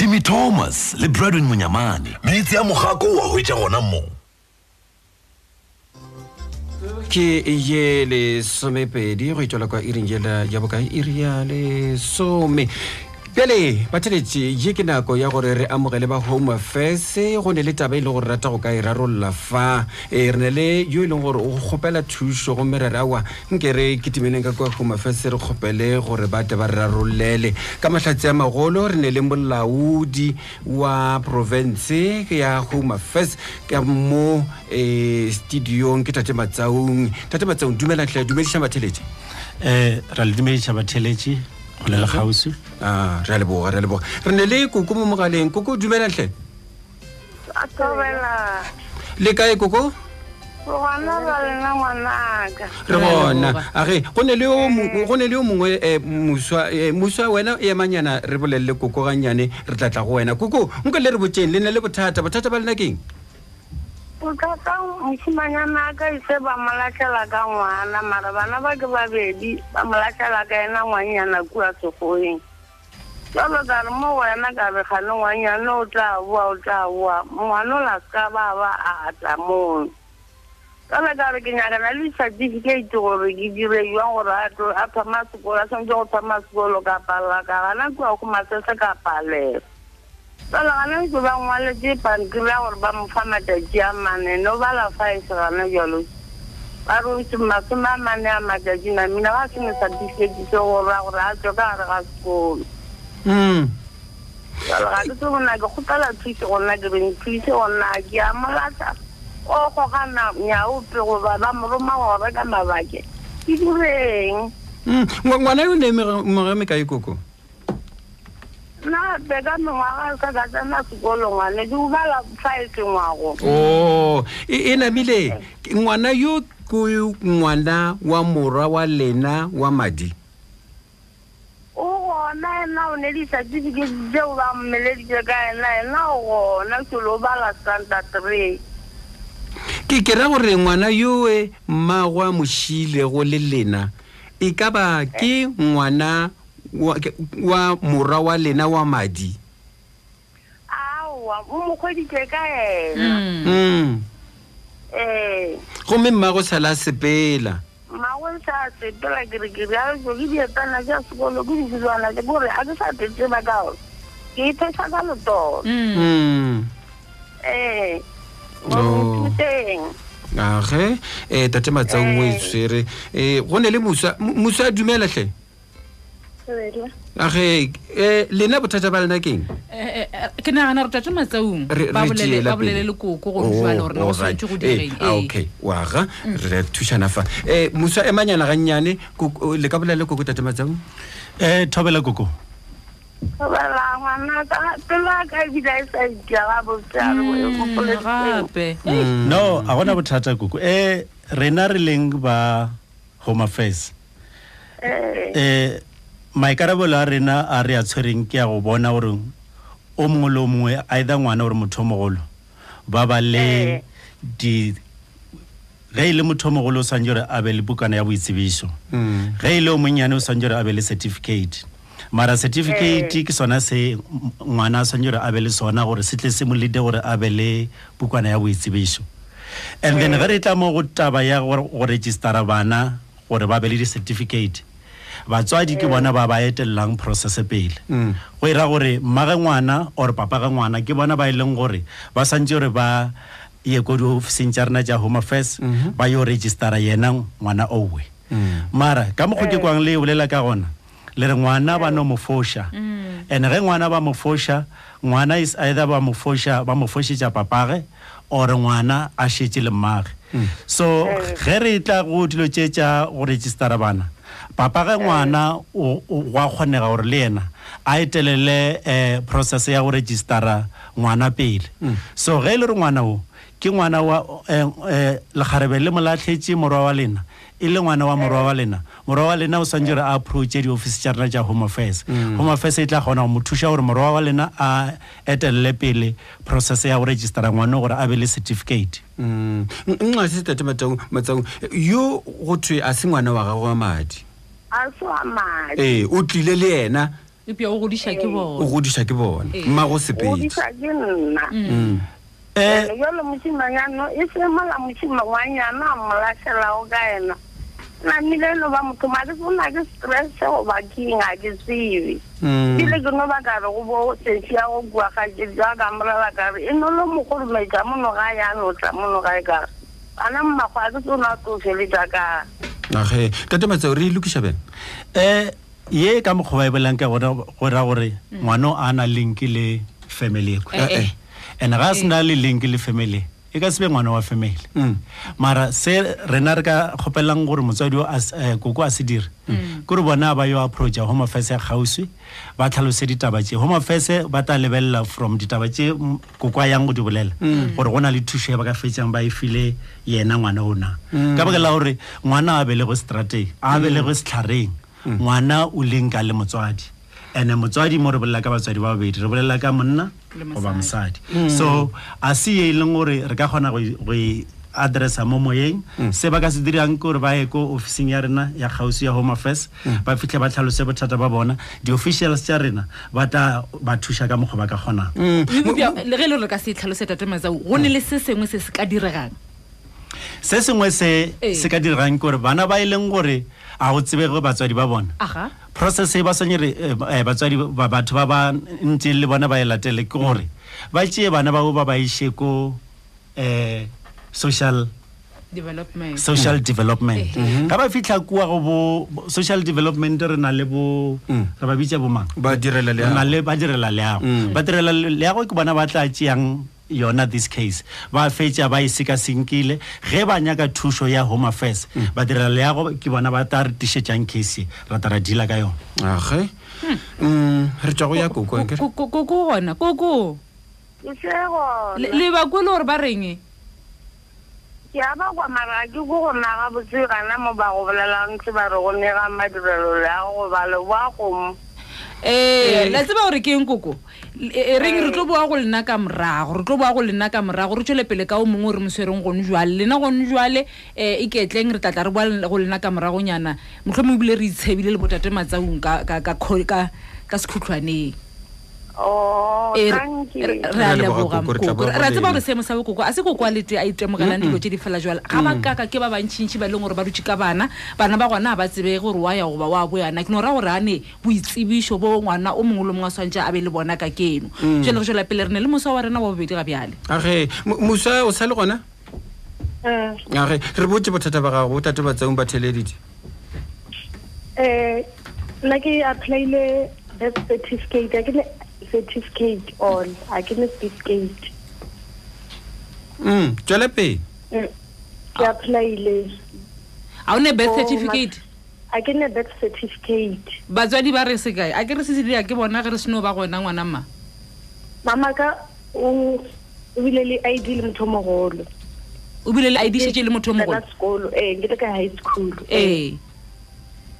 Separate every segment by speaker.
Speaker 1: robbie thomas le bradwin monyamane
Speaker 2: meetse a mogako wa hwetša gona moo
Speaker 3: ke ye lesomepedi go itswela kwa iring yela ya bokae iri ya lesome pele batheletše ye ke nako ya gore re amogele ba home affairs go ne le taba e le gore rata go ka e rarolola fa e re ne le yo e leng gore o kgopela thušo gomme re re awa nke re ketimeleng ka kwa home affairs re kgopele gore ba tle ba re rarolele ka mahlatse a magolo re ne le molaodi wa province ya home affairs ka mo um studiong ke tate matsaong tate matsaong dumelatlhe dumediša batheletše
Speaker 4: um ra le dumedisa batheletše
Speaker 1: Mhm.
Speaker 4: go le le kgausi
Speaker 3: a Ah, re a leboga re a leboga re ne le koko mo mogaleng koko dumelatlhe
Speaker 5: a tobela
Speaker 3: le kae koko
Speaker 5: bogona ba lena ngwanaka
Speaker 3: re bona age go ne le o mo- go ne le o mongwe eh, um moswa wena e emanyana re bolelele koko gannyane re tlatla go wena koko nka le re boteng le ne le bothata bothata ba lena keng
Speaker 5: bothata mosimanyana a ka ise ba molatlhela ka ngwana mara bana ba ke babedi ba molatlhela ka ena ngwanyana kua segoeng jalo ka re mo wena ka begale ngwanyana o tla boa o tla boa ngwana o la seka ba ba a tla mono jalo ka re ke nyakana le certificate gore ke dire jwang gore a tlo- a thoma sekolo a tshwanetse go thoma sekolo ka palela ka gana kua ko masese ka palela Tsala gana ke ba ngwaletse pampiri ya gore ba mofa matsatsi a mane e no bala five gana jalo ba re itse masome a mane a matsatsi mamina ga sene certificate se go ra gore a tswe ka gare ga sekolo
Speaker 3: Mm.
Speaker 5: jalo ga ke tse gona ke kgopela thuso gona ke reng thuse gona ke a molatsa o gogana nyaope goba ba moroma go reka mabake ke direng
Speaker 3: Mm. Ngwa- ngwana yo ne mogame kae koko
Speaker 5: nna beka mengwaga sa ka tsena sekolo ngwane ke o bala e five ngwago
Speaker 3: o e e namile ke- ngwana yo ke ngwana wa morwa wa lena wa madi
Speaker 5: o gona ena o ne di-certificate tseo ba mmeleditse ka ena ena o gona selo o bala santa three
Speaker 3: ke ke ra gore ngwana yoe mmagwa mošilego le lena e ka ba ke ngwana wa- ke- wa morwa wa lena wa madi
Speaker 5: aowa o mo kgweditse ka ena
Speaker 3: mm.
Speaker 5: ee
Speaker 3: gomme mmago sala a sepela
Speaker 5: mmago e sa sepela kerekere aso ke dietsana tsa sekolo ke difiswana tse kore a ke sa tetseba ka ore ke iphesa ka letona
Speaker 3: Mm.
Speaker 5: ee
Speaker 3: Oh.
Speaker 5: mothuseng
Speaker 3: age um tate matsaong o e
Speaker 5: Eh.
Speaker 3: tshwere um go ne le mosa Mo- mosa a dumelatlhe age um lena bothata ba lena keng
Speaker 6: Eh, eh, eh, ke nagana gore tate matsaung
Speaker 3: Re-
Speaker 6: ba
Speaker 3: re
Speaker 6: bolele-
Speaker 3: diela
Speaker 6: ba bolele
Speaker 3: pele.
Speaker 6: lekoko
Speaker 3: Oh,
Speaker 6: gore jale gore na go
Speaker 3: alright.
Speaker 6: swantse go
Speaker 3: Eh,
Speaker 6: direng Mm.
Speaker 3: ah,
Speaker 6: ee.
Speaker 3: okay waga re thušana fa um mosa emanyana gannyane koko- le ka bolela koko tate matsaong
Speaker 4: um thobela koko
Speaker 5: bala ngwanaka pelo a ka ebile a e sa itia gabotseare
Speaker 6: Mm, gape Ei,
Speaker 4: no a gona bothata koko um rena re leng ba home affairs
Speaker 5: ee
Speaker 4: um maikarabelo a rena a re a tshwereng ke ya go bona gore o mongwe le o mongwe either ngwana gore motho o mogolo ba ba le di ge e le motho o mogolo o swantse gore a be le bukana ya boitsebišo
Speaker 3: Mm.
Speaker 4: ge e le o monnyane o swantse gore a be le certificate mara certificate ke sona se m- ngwana a swantse gore a be le sona gore se tle se molete gore a be le bukana ya boitsebišo and then ge re tla mo go taba ya gore- go registera bana gore ba be le di-certificate batswadi ke bona ba ba etelelang process pele
Speaker 3: Mm.
Speaker 4: go ira gore mmage ngwana or papa ga ngwana ke bona ba e leng gore ba santse gore ba ye ko diofising tša rena tša home affairs ba yo registera yena ngwana owe mara ka mokgo ke kwang le e bolela ka gona le re ngwana ba no mo foša and ge ngwana ba mo foša ngwana is either ba mo foša ba mo fošetša papage or ngwana a šetse le mmage so ge re tla go dilo tše tša go registera bana papa ge ngwana o- o- wa kgonega gore le ena a etelele um process ya go registera ngwana pele so ge e le gore ngwana o ke ngwana wa eh, eh, lekgarebe le molatlhetse morwa wa lena e le ngwana wa morwa wa lena morwa wa lena o swantse gore a approache di-office tša rena tša home affairs home affairs e tla kgona go mo thuša gore morwa wa lena a etelele pele process ya go registera ngwana gore a be le certificate
Speaker 3: Mm. N- nxa se tate matsaong matsaong yo go thwe a se ngwana wa gago wa madi
Speaker 5: a se wa madi
Speaker 3: ee o tlile le ena
Speaker 6: epia E o godiša ke
Speaker 3: o
Speaker 6: bona
Speaker 3: godiša ke bona mmago sepedi
Speaker 5: godisa ke nna
Speaker 4: Eh,
Speaker 5: And jalo mosimanyano e semola mosima wa nyana a molatlhelago ka ena na mmile eno ba motho mare fona ke stress goba keng a ke tsebe ebile ke no ba ka re go bo sensi ya go kua ga ke jaaka morela ka re e no le mogolometsa mono ga yano tla mono gae ka re ana mmago a ke tsone a tlo feletsa ka
Speaker 3: age tatematseo re e lokiša bena
Speaker 4: eh ye ka mokgwa e bolang ka gona go ra gore ngwana o a na link le family e kwe
Speaker 6: Eh, eh.
Speaker 4: and ga a sena le link le family e ka se be ngwana wa family mara se rena re ka kgopelelang gore motswadi o a s- eh, koko a se dire ke gore bona ba yo approacha home affairs ya kgauswi ba tlhalose ditaba tse home affairs ba tla lebelela from ditaba tse mm, koko a yang go di bolela gore go na le thuso e ba ka fetsang ba e file yena ngwana o na ka baka la gore ngwana a belego strateng a belego setlhareng ngwana o leng ka le motswadi ande motswadi mo re bolela ka batswadi ba babedi re bolela ka monna
Speaker 6: Le
Speaker 4: goba mosadi so a se ye e leng gore re ka kgona go e- go e addressa mo moyeng se ba ka se dirang ke gore ba ye ko officing ya rena ya kgausi ya home affairs ba fitlhe ba tlhalose bothata ba bona di-officials tša rena ba tla ba thuša ka mokgwa ba ka kgonang
Speaker 6: Ebja, e le ge le gore ka se tlhalose tate matsao go ne le se sengwe se se ka diregang
Speaker 4: se sengwe se
Speaker 6: Ee.
Speaker 4: se ka diregang ke gore bana ba e leng gore a go tsebege batswadi ba bona
Speaker 6: aga
Speaker 4: process e ba sanyere batswadi ba- batho ba ba ntse le bona ba e latele ke gore ba tseye bana bao ba ba ishe ko um social
Speaker 6: development
Speaker 3: Mhm.
Speaker 4: social development ga ba fitlha kua go bo bo- social development re na le bo re ba bitsa bomang
Speaker 3: Mm. ba direla
Speaker 4: re na
Speaker 3: le Mm.
Speaker 4: le ba direla leago ba direla leago ke bona ba tla tseang yona this case ba fetsa ba e sekasenkile ge ba nyaka thuso ya home affairs
Speaker 3: Mm.
Speaker 4: ba direla leago ke bona ba tla re tišetšang case ra ta ra deala ka yona
Speaker 3: age
Speaker 7: Hmm.
Speaker 3: Mm, re tswa go ya koko anke
Speaker 6: Ko- ko- ko gona koko
Speaker 5: ke se gona
Speaker 6: lebako le gore ba reng
Speaker 5: ke a ba kwa mara ke ko go naga botse gana mo ba go bolelang tse ba re go nega madirelo ya go ba le boa gomo
Speaker 6: ee Eh, la tseba gore ke eng koko Le- e- reng re tlo boa go lena ka morago re tlo boa go lena ka morago re tswele pele ka o mongwe o re moswereng gone jale lena gone jale um iketleng re tlatla re boa le- go lena ka moragonyana motlhomo ebile re itshebile le botate matsaung ka- ka ka kho- ka- ka sekhutlhwaneng
Speaker 5: oh
Speaker 6: Eh, re
Speaker 5: thank
Speaker 6: re-
Speaker 5: you
Speaker 6: re a
Speaker 3: Re a leboga,
Speaker 6: leboga
Speaker 3: Koko, re tla
Speaker 6: mokoko.
Speaker 3: boa
Speaker 6: Re- re a
Speaker 3: go
Speaker 6: tseba
Speaker 3: lena.
Speaker 6: gore seemo sa bokoko a se koko a lete a itemogelang dilo tse di fela jale ga ba kaka ke ba bantšhintšhi ba e leng gore ba dutse ka bana bana ba gona a ba tsebe gore wa ya goba wa boyana ke no raya gore a ne boitsebišo bo ngwana o mongwe le mongwe a swantšhe a be le bona ka keno jale go jela pele re ne le mosa wa rena wa bobedi ga bjale
Speaker 3: age musa o sa le gona
Speaker 7: Ah,
Speaker 5: Mm.
Speaker 3: age re botse bothata ba gago botate batsaong ba theledite
Speaker 7: Eh, nna ke apply-ile birth certificate a ke ne certificate on a ke ne certificate
Speaker 3: Mm, tswela pele
Speaker 7: Mm. ke apply-ile
Speaker 6: ga o ne Ah. birth
Speaker 7: Oh,
Speaker 6: certificate
Speaker 7: a ke ne birth certificate
Speaker 6: batswadi ba re sekae a ke re sesedia ke bona ge re seno ba gona ngwana mma
Speaker 7: mama ka o o bile le id le motho o mogolo
Speaker 6: o bile le idšetse le motho o Eh. mogolo
Speaker 7: Tsena sekolo ee ke le ka high school
Speaker 6: ee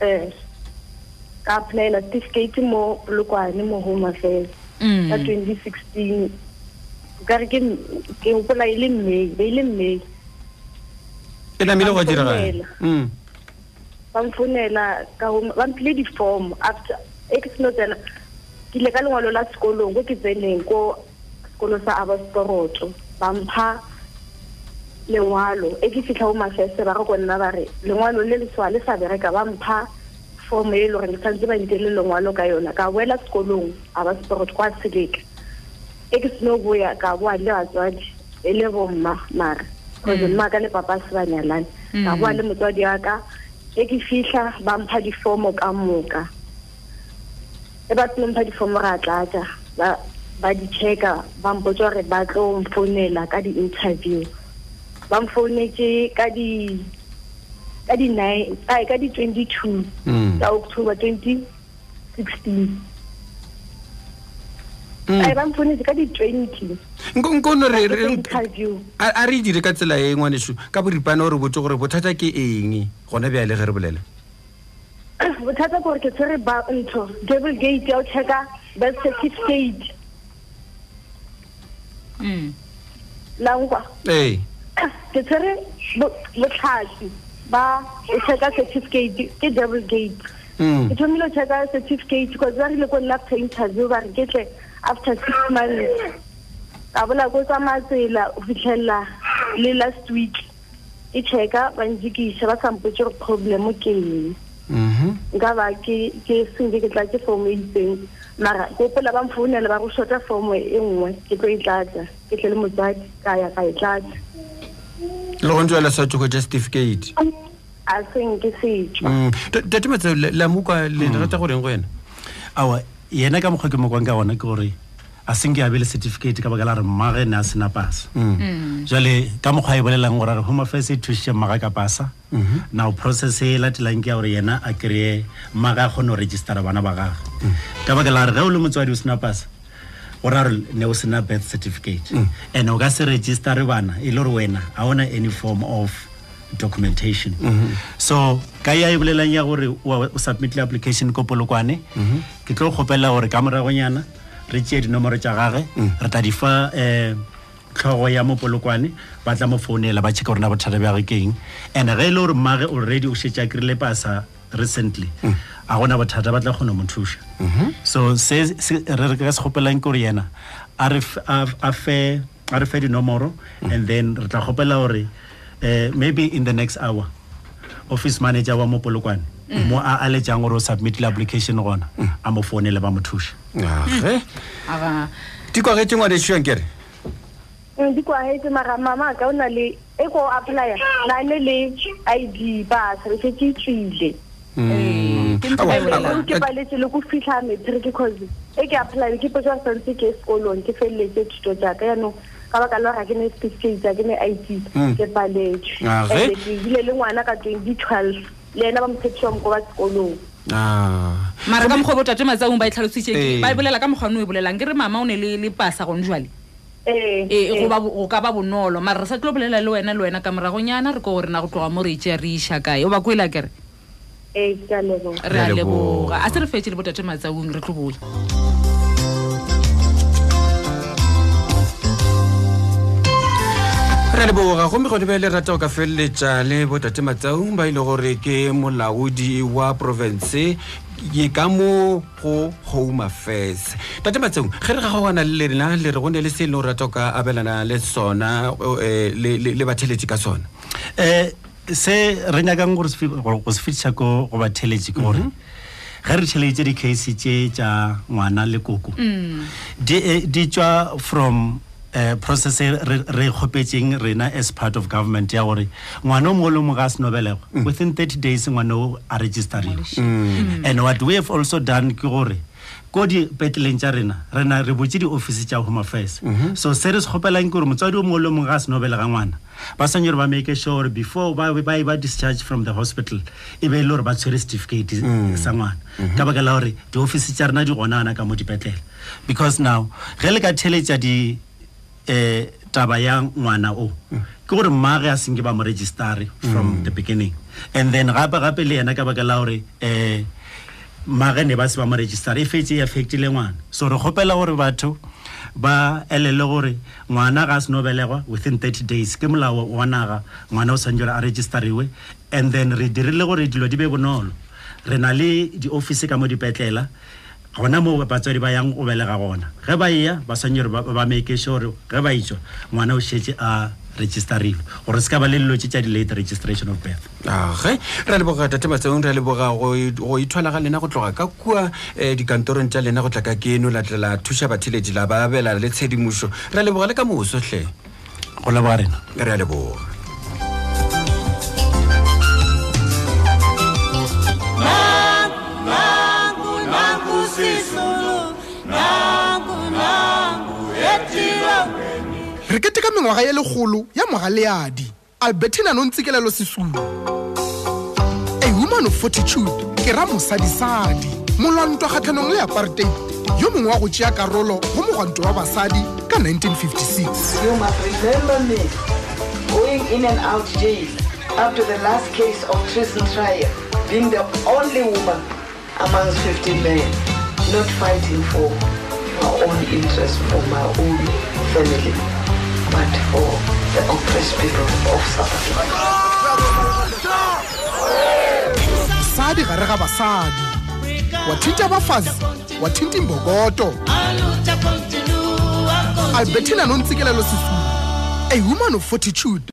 Speaker 7: Eh, ka apply-ela certificate mo polokwane mo home affairs
Speaker 6: Mm.
Speaker 7: ka twenty sixteen kare ke ke gopola e le mmei ba ile mmei
Speaker 3: e namile go
Speaker 7: Ba
Speaker 3: diragala Mm,
Speaker 7: mpollela. ba mfonela ka home- ba mphile di-form after e ke seno tsena ke ile ka lengwalo la sekolong ko ke tseneng ko sekolo sa abastoroto ba mpha lengwalo e ke fitlha go mafese ba re ko nna ba re lengwalo le leswa le sa bereka ba mpha form e e le goreng le tshwanetse ba ntele lengwalo ka yona ka boela sekolong abastoroto kwa seleka e ke seno boya ka boa le batswadi e le bomma mara cause mma ka le papa se ba nyalane ka boa le motswadi wa ka e ke fitlha ba mpha difomo ka moka e ba tsene mpha difomo re a tlatsa ba- ba di-check-a ba mpotsa gore ba tlo mfounela ka di-interview ba mfounetse ka di ka di-nine ai, ka di-twenty-two tsa october twenty sixteen
Speaker 3: Mm.
Speaker 7: ai ba mfounetse ka di-twenty
Speaker 3: nkono
Speaker 7: interview
Speaker 3: a a re e dire ka tsela e ngwaneso ka boripana o re botse gore bothata ke eng gona bjale ge re bolela
Speaker 7: bothata ke gore ke tshwere ba ntho devil gate ya o check-a birth certificate
Speaker 6: Mm.
Speaker 7: lankwa
Speaker 3: ee
Speaker 7: ke tshwere bo- botlhatsi ba o check-a certificate ke devil gate
Speaker 3: Mm.
Speaker 7: ke thomile ho check-a certificate because ba rile ko nna after interview ba re ke tle after six months ka bola ko tsamaya tsela ho fitlhella le last week ke check-a ba njikisa ba sampotse gore problem ke eng
Speaker 3: Mhm.
Speaker 7: nka ba ke ke senke ke tla ke fomo e itseng mara ke opola ba mfounela ba go shota fomo e nngwe ke tlo e tlatsa ke tle le motsadi ka ya ka e tlatsa
Speaker 3: le go ntse la sa tshogo justificate
Speaker 7: a seng ke setswa
Speaker 3: Mm. Ta- tate matse la mukwa le le rata goreng go wena
Speaker 4: awa yena ka mokgwa ke mokwang ka ona ke gore a seng ke abe le certificate ka baka la re mmage ne a sena pasa jale ka mokgwa e bolelang gore a re home affairs e thusitše mmaga ka pasa now process e latelang ke ya gore yena a kry-e mmaga a kgone go registera bana ba gage ka baka la re ge o le motswadi o sena pasa o ra re ne o sena birth certificate and o ka se registere bana e le gore wena ga ona any form of documentation so ka ya e bolelang ya gore o o submitile application ko polokwane ke tlo go gopelela gore ka moragonyana re tseye dinomoro tsa gage re tla di fa um tlhogo ya mopolokwane ba tla mo founela ba check-a gore na bothata bjage ke eng and ge e le gore mmage already o shetse a kry-ile pasa recently a gona bothata ba tla kgone ho mo thuša so se se- re re ka se gopelang ke gore yena a re f- a a fe a re fe dinomoro and then re tla gopelela gore um maybe in the next hour office manager wa mopolokwane mo a a lejang gore o submitile application gona a mo founele ba mo thuša
Speaker 3: age
Speaker 6: aga
Speaker 3: dikwagetse ngwane tshuang kere
Speaker 7: Mm, di kwaetse mara mama ka o na le e ko apply-a na le le i d basa re setse e tswile
Speaker 6: eh, ke ntho
Speaker 3: Aowa,
Speaker 6: ba e
Speaker 3: aowa.
Speaker 6: bolelang.
Speaker 7: Ene ke paletse le go fitlha matric cause e ke apply-le ke potsa santse ke ye sekolong ke feleletse thuto jaaka yaanong ka baka le gore ga ke ne certificate ga ke ne i d
Speaker 3: Mm.
Speaker 7: ke paletswe
Speaker 3: Ah, ge?
Speaker 7: ande ke bile le ngwana ka twenty twelve le ena ba mophethiwa moko ba sekolong
Speaker 3: Ah.
Speaker 6: mara ka mokgwa bo tate matsaong ba e
Speaker 3: Eh.
Speaker 6: tlhalositse ba e bolela ka mokgwane o e bolelang ke re mama o ne le le pasa gone jale
Speaker 7: ee
Speaker 6: ee e Eh, go ba bo- go ka ba bonolo mara re sa tlo bolela le wena le wena ka moragonyana re ko gore na go tloga mo re itsea re iša kae o ba koela kere
Speaker 7: ee eh, ke a leboga
Speaker 6: re a
Speaker 3: Re a leboga.
Speaker 6: leboga a se re fetse le botate matsaong re tlo boya
Speaker 3: re a leboga gomme gone be le rata o ka feleletša le botate matsaung ba ile gore ke molaodi wa province ye ka mo go home affairs tate matsaung ge re ga gaoana le lena le re go ne le se e leng gore rata o ka abelana le sona o, eh, le- le le batheletše ka sona
Speaker 4: um se re nyakang gore se fi- go go se fetiša ko go batheletse ke gore ge re theleditse di-case tše tša ngwana le koko
Speaker 6: Mm.
Speaker 4: di eh, di tswa from uh, process e re re kgopetseng rena as part of government ya gore ngwana o mongwe le o mongwe a se nobelegwa within 30 days ngwana o a registeriwa and what we have also done ke gore ko dipetleleng tša rena rena re botse di-office tša home affairs so se re se kgopelang ke gore motswadi o mongwe le o mongwe ga a se nobelega ngwana ba sanye gore ba make sure gore before ba ba ba discharge from the hospital e be e le gore ba tshwere certificate sa ngwana ka baka la gore di-office tša rena di gona ana ka mo dipetlele because now ge le ka theletša di eh taba ya ngwana o ke gore mmaage a senke ba mo registare from the beginning and then gape gape le yena ka baka la gore um mmaage ne ba se ba mo registare e fetse e affectile ngwana so re kgopela gore batho ba elele gore ngwana ga a seno belegwa within 30 days ke molao wa naga ngwana o santse gore a registeriwe and then re dirile gore dilo di be bonolo re na le di-office ka mo dipetlela gona moo batswadi ba yang go belega gona ge ba eya ba sanye gore ba ba make sure ge ba itswa ngwana o shetse a registerile gore se ka ba le lelotse tša di-late registration of birth
Speaker 3: age re a leboga tate matsaong re a leboga go- go ithola ga lena go tloga ka kua um dikantorong tša lena go tla ka keno la tla la thuša batheletše la ba abela le tshedimošo re a leboga le ka mosotlhe
Speaker 4: go leboga rena
Speaker 3: re a leboga
Speaker 8: re keteka mengwaga ye legolo ya mogaleadi albertina nontsekelelo sesulu a human of fortitude ke ramosadisadi molwantwa kgatlhanong le apartheid yo mongwe wa go tšea karolo go mogwanto wa basadi ka 1956
Speaker 9: You must remember me going in and out jail after the last case of treason trial, being the only woman amongst 15 men, not fighting for my own interest, for my own family, but for the oppressed people of South Africa.
Speaker 8: sadi gare ga basadi wathinta abafazi wathinta imbokoto albertina nontsikelelo sisulu a human of fortitude